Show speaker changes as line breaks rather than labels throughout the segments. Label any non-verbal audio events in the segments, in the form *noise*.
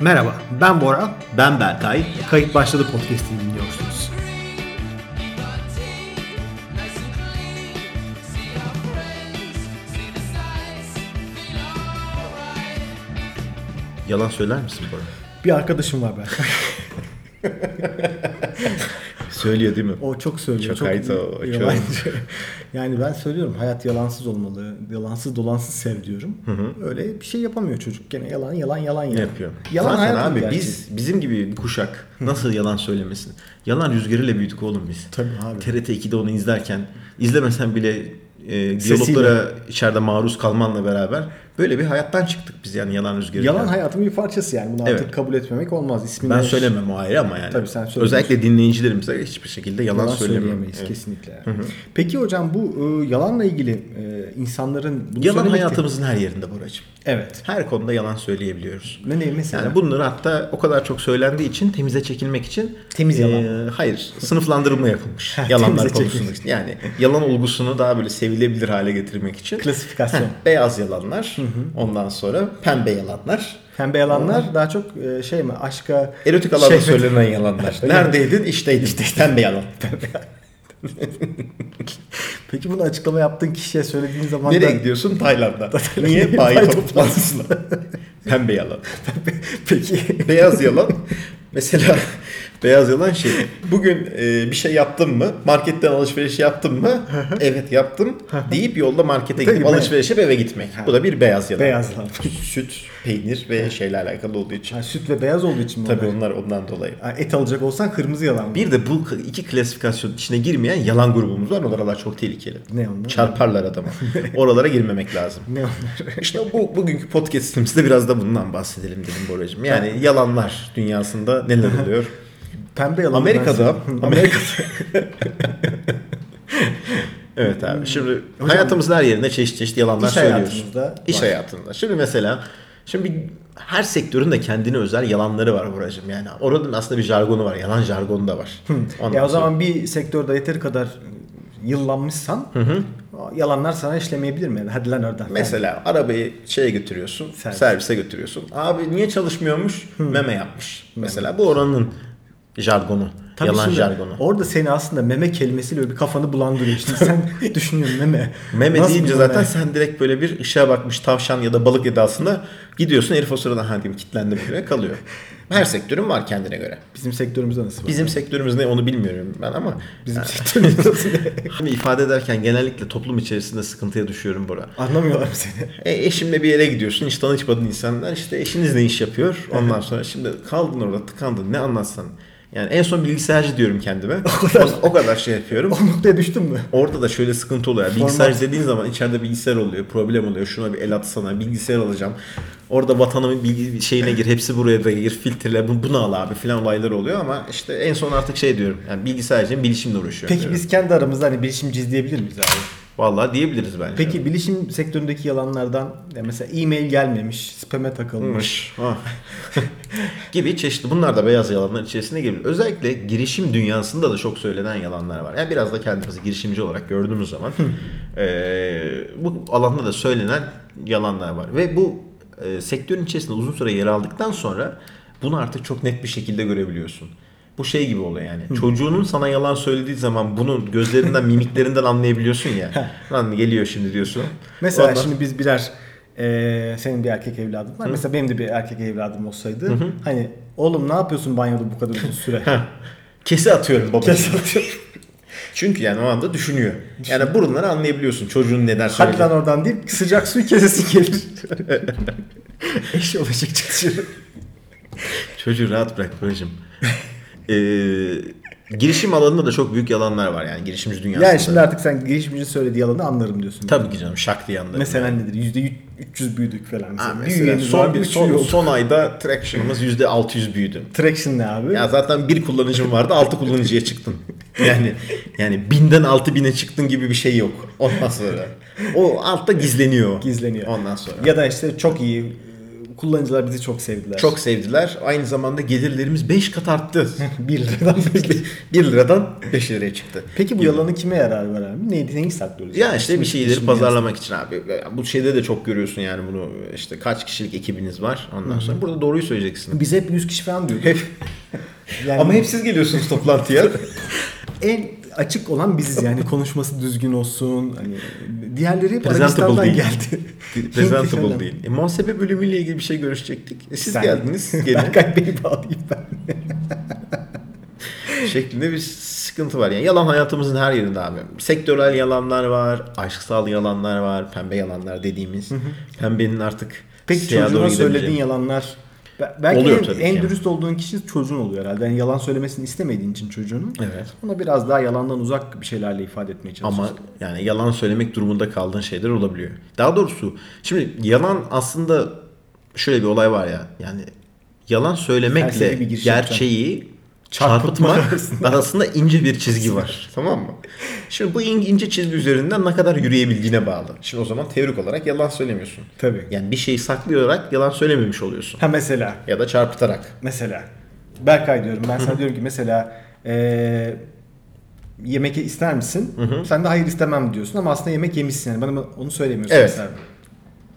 Merhaba, ben Bora.
Ben Berkay.
Kayıt başladı podcast'ini dinliyorsunuz.
Yalan söyler misin Bora?
Bir arkadaşım var ben.
*laughs* Söylüyor değil mi?
O çok söylüyor.
Çok
Çok,
hayta o,
yalancı. yani ben söylüyorum hayat yalansız olmalı. Yalansız dolansız sev diyorum. Öyle bir şey yapamıyor çocuk. Gene yalan yalan yalan yalan.
Ne yapıyor?
Yalan
Zaten
hayatın
abi
gerçeği.
biz bizim gibi bir kuşak nasıl yalan söylemesin? Yalan rüzgarıyla büyüdük oğlum biz.
Tabii abi.
TRT 2'de onu izlerken izlemesen bile
Sesiyle.
e, diyaloglara içeride maruz kalmanla beraber böyle bir hayattan çıktık biz yani yalan rüzgarıyla.
Yalan hayatın bir parçası yani. Bunu artık
Evet.
kabul etmemek olmaz. İsmini
ben söylemem o ayrı ama yani.
Tabii sen söylemiyorsun.
Özellikle dinleyicilerimize hiçbir şekilde yalan,
Yalan
söylememeyiz.
söyleyemeyiz kesinlikle. yani. Peki hocam bu e, yalanla ilgili e, insanların bunu
Yalan
söylemekte-
hayatımızın her yerinde Boracığım.
Evet.
Her konuda yalan söyleyebiliyoruz.
Ne ne mesela?
Yani bunları hatta o kadar çok söylendiği için temize çekilmek için
Temiz
eee,
yalan.
hayır, sınıflandırılma yapılmış.
Ha,
Yalanlar
temize
konusunda.
çekilmiş.
Yani yalan olgusunu daha böyle sevilebilir hale getirmek için
Klasifikasyon.
Heh, beyaz yalanlar, ondan sonra pembe yalanlar,
Pembe yalanlar daha çok e, şey mi aşka
erotik alanda
Şey- *laughs*
söylenen yalanlar. Neredeydin? İşteydin. Pembe yalan.
Peki bunu açıklama yaptığın kişiye söylediğin zaman da
Nereye gidiyorsun? Tayland'a. Niye?
Bay
Bayi toplantısına. *laughs* pembe yalan.
Peki
beyaz yalan mesela beyaz yalan şey bugün e, bir şey yaptım mı marketten alışveriş yaptım mı evet yaptım deyip yolda markete gidip
Tabii, be-
alışveriş yapıp eve gitmek bu da bir beyaz yalan
beyaz lan.
süt peynir ve şeyle alakalı olduğu için
Ha, süt ve beyaz olduğu için mi?
tabii
onlar?
onlar ondan dolayı
Ha, Et alacak olsan kırmızı yalan. mı?
bir de bu iki klasifikasyon içine girmeyen yalan grubumuz var oralar çok tehlikeli
Ne onlar?
çarparlar
*laughs*
adamı oralara girmemek lazım
Ne onlar?
İşte bu bugünkü podcastimizde biraz da bundan bahsedelim dedim Boracığım. Yani yalanlar dünyasında neler
*laughs*
oluyor?
Pembe yalan.
Amerika'da *laughs*
Ben-
Amerika'da *laughs* Evet abi. Şimdi hayatımızın her yerinde çeşit çeşit yalanlar
Hmm. İş
söylüyoruz.
hayatımızda
İş
var.
hayatında. Şimdi mesela şimdi her sektörün de kendine özel yalanları var Buracığım. Yani oranın aslında bir jargonu var. Yalan jargonu da var. Ondan
Hmm. ya o
sonra-
zaman bir sektörde yeteri kadar yıllanmışsan o yalanlar sana işlemeyebilir mi? Yani Hadi lan oradan.
Mesela arabayı şeye götürüyorsun,
Servis. Hmm.
servise götürüyorsun. Abi niye çalışmıyormuş? Meme yapmış. Mesela bu oranın jargonu.
Tabii
yalan
şimdi
jargonu.
Orada seni aslında meme kelimesiyle böyle bir kafanı bulandırıyor işte.
*laughs*
Sen düşünüyorsun meme.
Meme
Nasıl
deyince
bir
zaten
meme?
sen direkt böyle bir ışığa bakmış tavşan ya da balık edasında gidiyorsun herif o sırada ha diyeyim kilitlendim buraya kalıyor. Her sektörün var kendine göre.
Bizim sektörümüzde nasıl var?
Bizim sektörümüz ne onu bilmiyorum ben ama
Bizim sektörümüzde nasıl?
*laughs* Şimdi ifade ederken genellikle toplum içerisinde sıkıntıya düşüyorum Bora.
Anlamıyorlar mı seni?
E, eşimle bir yere gidiyorsun hiç tanışmadığın insanlar işte eşiniz ne iş yapıyor ondan sonra şimdi kaldın orada tıkandın ne anlatsan. Yani en son bilgisayarcı
*laughs*
diyorum kendime. O kadar, o kadar şey yapıyorum.
O noktaya düştün mü?
Orada da şöyle sıkıntı oluyor. Bilgisayar dediğin zaman içeride bilgisayar oluyor. Problem oluyor. Şuna bir el atsana. Bilgisayar alacağım. Orada vatanımın bilgi şeyine gir. Hepsi buraya da gir. Filtrele bu- bunu al abi filan olaylar oluyor ama işte en son artık şey diyorum. Yani bilgisayarcıyım bilişimle uğraşıyorum.
Peki
diyorum.
biz kendi aramızda hani bilişimciyiz diyebilir miyiz abi?
Vallahi diyebiliriz bence.
Peki bilişim sektöründeki yalanlardan ya mesela e-mail gelmemiş, spam'e takılmış.
Ha. *laughs* gibi çeşitli bunlar da beyaz yalanlar içerisine giriyor. Özellikle girişim dünyasında da çok söylenen yalanlar var. Yani biraz da kendimizi girişimci olarak gördüğümüz zaman eee, bu alanda da söylenen yalanlar var. Ve bu eee, sektörün içerisinde uzun süre yer aldıktan sonra bunu artık çok net bir şekilde görebiliyorsun. Bu şey gibi oluyor yani. Çocuğunun sana yalan söylediği zaman bunun
*laughs*
gözlerinden, mimiklerinden anlayabiliyorsun ya. Lan geliyor şimdi diyorsun.
Mesela
Ondan-
şimdi biz birer e, senin bir erkek evladın var. Mesela benim de bir erkek evladım olsaydı hani oğlum ne yapıyorsun banyoda bu kadar uzun
*laughs*
süre? *laughs*
kesi atıyorum babacığım.
Kes atıyorum.
Çünkü yani o anda düşünüyor. Yani burunları anlayabiliyorsun çocuğun neden
Hadi lan
söylediğini.
oradan deyip sıcak suyu kesesi gelir.
*laughs*
Eşi olacak çalışıyor.
Çocuğu rahat bırak babacığım. *laughs* Ee, girişim alanında da çok büyük yalanlar var yani girişimci dünyasında.
Yani şimdi artık sen girişimcinin söylediği yalanı anlarım diyorsun.
Tabii ki canım şak diye anlarım.
Mesela nedir? %300 büyüdük falan. Mesela.
Ha,
Bir
mesela
üyemiz var,
son,
bir üye
son,
oldu.
son ayda traction'ımız %600 büyüdü.
Traction ne abi?
Ya zaten bir kullanıcım vardı 6 kullanıcıya çıktın. Yani yani binden altı bine çıktın gibi bir şey yok. Ondan sonra. O altta gizleniyor.
Gizleniyor.
Ondan sonra.
Ya da işte çok iyi e, kullanıcılar bizi çok sevdiler.
Çok sevdiler. Aynı zamanda gelirlerimiz 5
*laughs*
kat arttı.
1 liradan
1 liradan 5 liraya çıktı.
Peki bu
Gibi.
yalanı kime yarar var abi? Neyi, neyi saklıyoruz?
Ya işte bir
Şimdi-
şeyleri
şimdi
pazarlamak için abi. Bu şeyde de çok görüyorsun yani bunu işte kaç kişilik ekibiniz var ondan sonra. Burada doğruyu söyleyeceksin.
yazdım. Biz hep 100 kişi falan diyorduk.
Hep,
*laughs* Yani
ama hep siz
*laughs*
geliyorsunuz toplantıya.
en açık olan biziz yani konuşması düzgün olsun. Hani diğerleri hep
Presentable
Arabistan'dan
değil.
geldi.
*laughs* Presentable değil. E, muhasebe bölümüyle ilgili bir şey görüşecektik. E, siz
Sen- *laughs*
geldiniz. siz gelin.
Berkay Bey'i bağlayayım ben.
*laughs* şeklinde bir sıkıntı var. Yani yalan hayatımızın her yerinde abi. Sektörel yalanlar var, aşksal yalanlar var, pembe yalanlar dediğimiz. Pembenin artık
Peki
siyah doğru
çocuğuna
gidemeyeceği-
söylediğin yalanlar Be- Belki
Oluyor
en,
tabii
en
ki.
dürüst olduğun kişi çocuğun oluyor herhalde. Yani yalan söylemesini istemediğin için çocuğunun.
Evet.
Ona biraz daha yalandan uzak bir şeylerle ifade etmeye çalışıyorsun.
Ama yani yalan söylemek durumunda kaldığın şeyler olabiliyor. Daha doğrusu şimdi yalan aslında şöyle bir olay var ya. Yani yalan söylemekle
Felsefi bir giriş yapacağım.
gerçeği
Çarpıtma
çarpıtmak
arasında.
arasında ince bir çizgi var. tamam mı? Şimdi bu in- ince çizgi üzerinden ne kadar yürüyebildiğine bağlı. Şimdi o zaman teorik olarak yalan söylemiyorsun.
Tabii.
Yani bir şeyi saklayarak yalan söylememiş oluyorsun.
Ha mesela
Ya da çarpıtarak.
Mesela Berkay diyorum ben sana diyorum ki mesela eee yemek ister misin? Sen de hayır istemem diyorsun ama aslında yemek yemişsin yani bana onu söylemiyorsun
Evet.
mesela.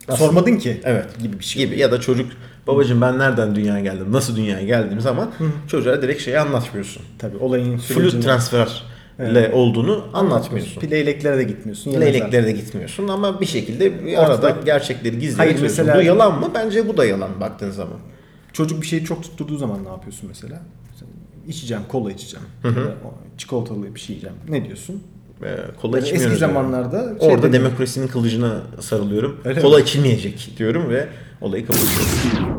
Aslında-
Sormadın ki.
Evet.
Gibi bir şey.
Gibi ya da çocuk babacığım ben nereden dünyaya geldim, nasıl dünyaya geldiğim zaman çocuğa direkt şeyi anlatmıyorsun.
Tabii olayın
Fluid transferle olduğunu anlatmıyorsun.
Leyleklere de gitmiyorsun. yemezler.
Leyleklere de gitmiyorsun ama bir şekilde bir
Ortada-
arada gerçekleri
Hayır,
gizleyerek mesela...
mesela-
Bu yalan mı? Bence bu da yalan baktığın zaman.
Çocuk bir şeyi çok tutturduğu zaman ne yapıyorsun mesela? Mesela İçeceğim, kola içeceğim. Ya da o- çikolatalı bir şey yiyeceğim. Ne diyorsun?
Ee, kola
Eski
içmiyoruz.
zamanlarda şey
Orada
deniyor.
demokrasinin kılıcına sarılıyorum.
Öyle
kola
mi?
içilmeyecek diyorum ve olayı kabul ediyorum.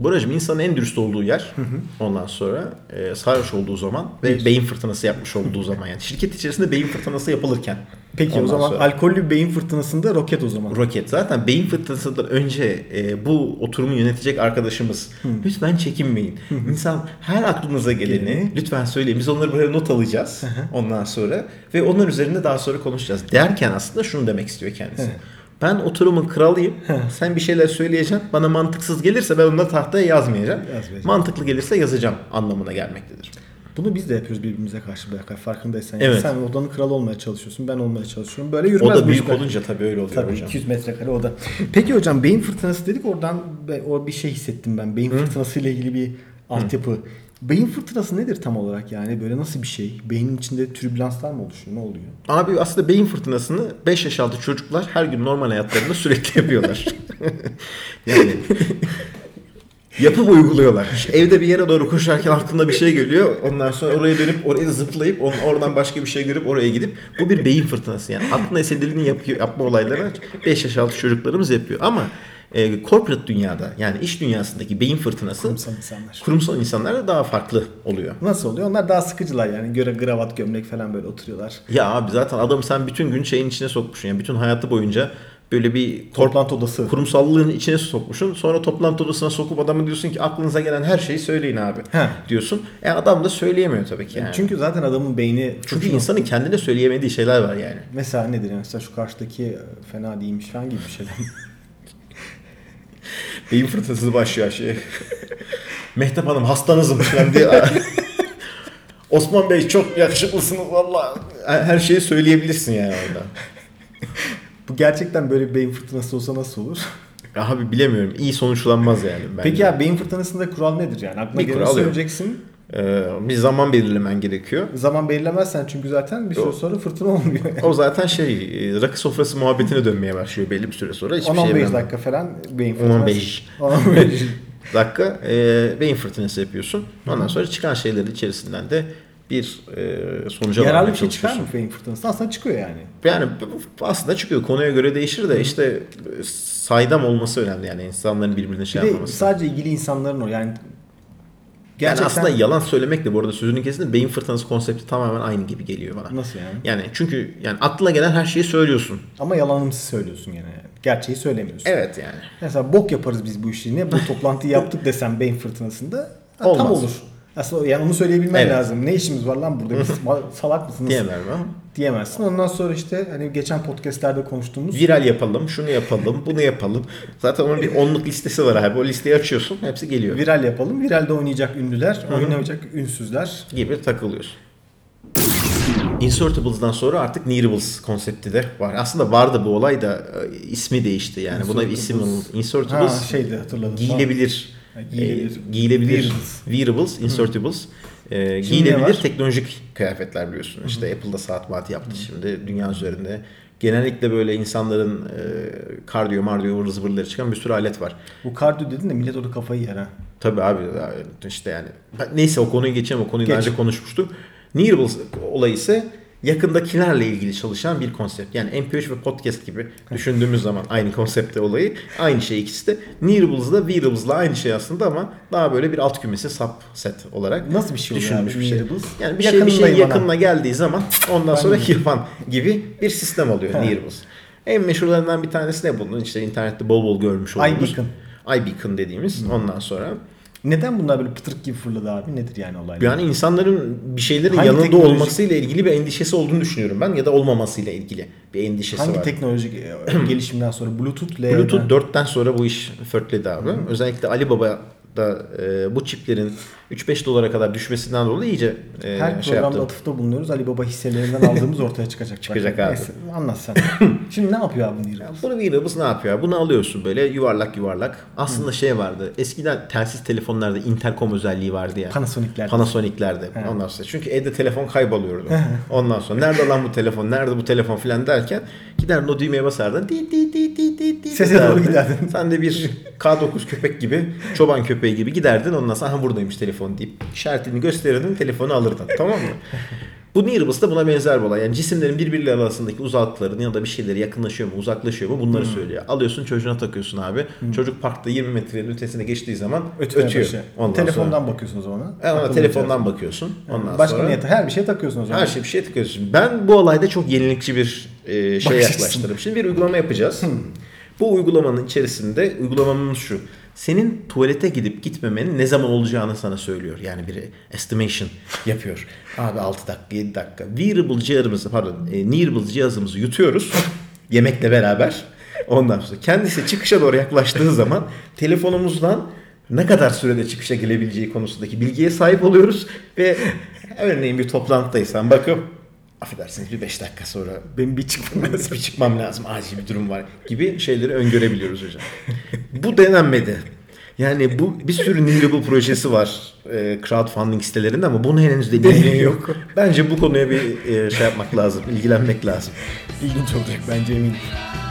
Buracım insanın en dürüst olduğu yer ondan sonra e, sarhoş olduğu zaman ve beyin fırtınası yapmış olduğu zaman yani şirket içerisinde beyin fırtınası yapılırken.
Peki o
Ondan
zaman
sonra-
alkollü beyin fırtınasında roket o zaman.
Roket zaten beyin fırtınasından önce e, bu oturumu yönetecek arkadaşımız. Lütfen çekinmeyin. İnsan her aklınıza geleni lütfen söyleyin. Biz onları buraya not alacağız ondan sonra ve onlar üzerinde daha sonra konuşacağız. Derken aslında şunu demek istiyor kendisi. Ben oturumun kralıyım. Sen bir şeyler söyleyeceksin. Bana mantıksız gelirse ben onları tahtaya yazmayacağım.
Yazmayacağım.
Mantıklı gelirse yazacağım anlamına gelmektedir.
Bunu biz de yapıyoruz birbirimize karşı Berkay farkındaysan.
Evet.
Sen odanın kralı olmaya çalışıyorsun, ben olmaya çalışıyorum. Böyle yürümez
O da
bu
büyük
işler.
olunca tabii öyle oluyor
Tabii
hocam.
200 metrekare oda. Peki hocam beyin fırtınası dedik oradan be- o bir şey hissettim ben. Beyin fırtınası ile ilgili bir altyapı. Beyin fırtınası nedir tam olarak yani? Böyle nasıl bir şey? Beynin içinde türbülanslar mı oluşuyor? Ne oluyor?
Abi aslında beyin fırtınasını 5 yaş altı çocuklar her gün normal hayatlarında sürekli *laughs* yapıyorlar. yani yapıp uyguluyorlar. Evde bir yere doğru koşarken aklında bir şey geliyor. Ondan sonra oraya dönüp oraya zıplayıp on- oradan başka bir şey görüp oraya gidip bu bir beyin fırtınası yani. Aklına esedilini yapıyor, yapma olayları 5 yaş altı çocuklarımız yapıyor ama e, corporate dünyada yani iş dünyasındaki beyin fırtınası
Kurumsal insanlar.
kurumsal insanlarda daha farklı oluyor.
Nasıl oluyor? Onlar daha sıkıcılar yani. Göre gravat gömlek falan böyle oturuyorlar.
Ya abi zaten adamı sen bütün gün şeyin içine sokmuşsun. Yani bütün hayatı boyunca böyle bir korp-
Toplantı odası.
kurumsallığın içine sokmuşsun. Sonra toplantı odasına sokup adamı diyorsun ki aklınıza gelen her şeyi söyleyin abi
He.
diyorsun. E adam da söyleyemiyor tabii ki yani. E, Çünkü,
Çünkü zaten adamın beyni
çünkü
Çünkü
insanın kendine söyleyemediği şeyler var yani.
Mesela nedir? Yani Mesela şu karşıdaki e, fena değilmiş falan gibi bir şey. şeyler.
Beyin fırtınası başlıyor *laughs* şey. Mehtap Hanım hastanızım falan diye. *laughs* Osman Bey çok yakışıklısınız valla. Her şeyi söyleyebilirsin yani orada.
*laughs* Bu gerçekten böyle bir beyin fırtınası olsa nasıl olur?
Abi bilemiyorum. İyi sonuçlanmaz yani. bence.
Peki ya beyin fırtınasında kural nedir yani? Aklına
Bir
geleni
kural yok.
söyleyeceksin.
Ee, bir zaman belirlemen gerekiyor.
Zaman belirlemezsen çünkü zaten bir süre
Yok.
sonra fırtına olmuyor.
O zaten şey e, rakı sofrası muhabbetine dönmeye başlıyor belli bir süre
*laughs*
sonra. Hiçbir şey
10-15
vermem.
dakika falan beyin
10-15.
fırtınası.
*laughs*
10-15.
dakika e, beyin fırtınası yapıyorsun. Ondan sonra çıkan şeylerin içerisinden de bir e, sonuca
Yararlı
varmaya
bir şey çıkar mı
çalışıyorsun.
beyin fırtınası? Aslında çıkıyor yani.
Yani bu- bu aslında çıkıyor. Konuya göre değişir de işte e, saydam olması önemli yani insanların birbirine şey
Bir de
yapmaması.
sadece ilgili insanların o yani
Yani
gerçekten
aslında yalan söylemekle bu arada sözünü kesin de beyin fırtınası konsepti tamamen aynı gibi geliyor bana.
nasıl yani?
Yani çünkü yani aklına gelen her şeyi söylüyorsun.
Ama yalanımsı söylüyorsun gene. Yani. Gerçeği söylemiyorsun.
Evet yani.
Mesela bok yaparız biz bu işi. Ne bu toplantıyı yaptık desem beyin fırtınasında ha, tam
Olmaz.
olur. Aslında yani onu söyleyebilmen
Evet.
lazım. Ne işimiz var lan
*laughs*
burada? Biz ma- salak mısınız?
Diyemem ama.
Diyemezsin. Ondan sonra işte hani geçen podcastlerde konuştuğumuz
Viral yapalım, şunu yapalım, bunu yapalım. Zaten onun bir onluk listesi var abi. O listeyi açıyorsun, hepsi geliyor.
viral yapalım. Viralde oynayacak ünlüler, oynamayacak ünsüzler.
gibi takılıyorsun. Insertables'dan sonra artık Nearables konsepti de var. Aslında vardı bu olay da e, ismi değişti yani. Buna bir isim
Insertables.
oldu.
Ha
Insertables
şeydi hatırladım.
giyilebilir.
Ha, giyilebilir.
e, giyilebilir.
Wearables.
Wearables, insertables. E,
Şimdi ne
giyilebilir
var?
teknolojik kıyafetler biliyorsun. İşte Apple'da saat maat yaptı şimdi dünya üzerinde. Genellikle böyle insanların e, kardiyo mardiyo ıvır zıvırları çıkan bir sürü alet var.
Bu kardiyo dedin de millet orada kafayı yer ha.
Tabii abi işte yani. Neyse o konuyu geçelim o konuyu daha
Geç.
önce konuşmuştuk. Nearables olayı ise yakındakilerle ilgili çalışan bir konsept. Yani MP3 ve podcast gibi düşündüğümüz zaman aynı konsepte olayı. Aynı şey ikisi de. Nearables'la Wearables'la aynı şey aslında ama daha böyle bir alt kümesi subset olarak
Nasıl bir şey oluyor
düşünmüş
abi
bir şey.
Wearables?
Yani bir şey bir şey
Yakındayım ana.
yakınına geldiği zaman ondan sonra yapan gibi bir sistem oluyor Nearables. En meşhurlarından bir tanesi ne bunun? İşte internette bol bol görmüş olduğumuz.
iBeacon.
iBeacon dediğimiz ondan sonra
Neden bunlar böyle pıtırık gibi fırladı abi? Nedir yani olay?
yani insanların bir şeylerin
Hangi
yanında
teknoloji-
olmasıyla ilgili bir endişesi olduğunu düşünüyorum ben ya da olmamasıyla ilgili bir endişesi
Hangi
var.
teknolojik
*clears throat*
e, gelişimden sonra Bluetooth ile
Bluetooth 4'ten sonra bu iş förtledi abi. Özellikle Alibaba da e, bu çiplerin 3-5 dolara kadar düşmesinden dolayı iyice e,
her
şey
programda
yaptı.
atıfta bulunuyoruz. Ali Baba hisselerinden aldığımız ortaya çıkacak.
Çıkacak
Bak,
abi.
Neyse, anlat
*clears throat*
sen. Şimdi ne yapıyor abi Neil?
Yani Bunu Wearables ne yapıyor? Bunu alıyorsun böyle yuvarlak yuvarlak. Aslında şey vardı. Eskiden telsiz telefonlarda intercom özelliği vardı ya.
Panasonic'lerde.
Panasonic'lerde. Ondan sonra. Çünkü evde telefon kayboluyordu. Ondan sonra nerede lan bu telefon? Nerede bu telefon filan derken giderdin o düğmeye basardın. Di di di di di di
Sese doğru giderdin.
Sen de bir K9 köpek gibi, çoban köpeği gibi giderdin. Ondan sonra aha buradaymış telefon deyip işaretini gösterirdin. Telefonu alırdın. tamam mı?
*laughs*
Bu Nearables da buna benzer bir olay. Yani cisimlerin birbirleri arasındaki uzaklıkların ya da bir şeyleri yakınlaşıyor mu, uzaklaşıyor mu
Hmm.
bunları söylüyor. Alıyorsun çocuğuna takıyorsun abi. Çocuk parkta 20 metrenin ötesine geçtiği zaman
Ötmeye
ötüyor.
başlıyor.
Ondan
Telefondan
sonra.
bakıyorsun o zaman. ha?
E, ona
Akıllı
telefondan bakıyorsun. Ondan
Başka
sonra
niyete her bir şey takıyorsun o zaman.
her şey bir şey tıkıyorsun. Ben bu olayda çok yenilikçi bir e, şey
Bakış
yaklaştırdım. Şimdi bir uygulama yapacağız. Bu uygulamanın içerisinde uygulamamız şu. Senin tuvalete gidip gitmemenin ne zaman olacağını sana söylüyor. Yani bir estimation yapıyor. Abi 6 dakika 7 dakika. Wearable cihazımızı pardon e, nearable cihazımızı yutuyoruz. *laughs* Yemekle beraber. Ondan sonra kendisi çıkışa doğru yaklaştığı zaman telefonumuzdan ne kadar sürede çıkışa gelebileceği konusundaki bilgiye sahip oluyoruz ve örneğin bir toplantıdaysan bakıp affedersiniz bir 5 dakika sonra
Benim bir çıkmam lazım.
bir çıkmam lazım acil bir durum var gibi şeyleri öngörebiliyoruz hocam. bu denenmedi. Yani bu bir sürü Nearable projesi var e, crowdfunding sitelerinde ama bunun henüz deneyimi yok. Bence bu konuya bir e, şey yapmak lazım, ilgilenmek lazım.
İlginç olacak bence eminim.
Thank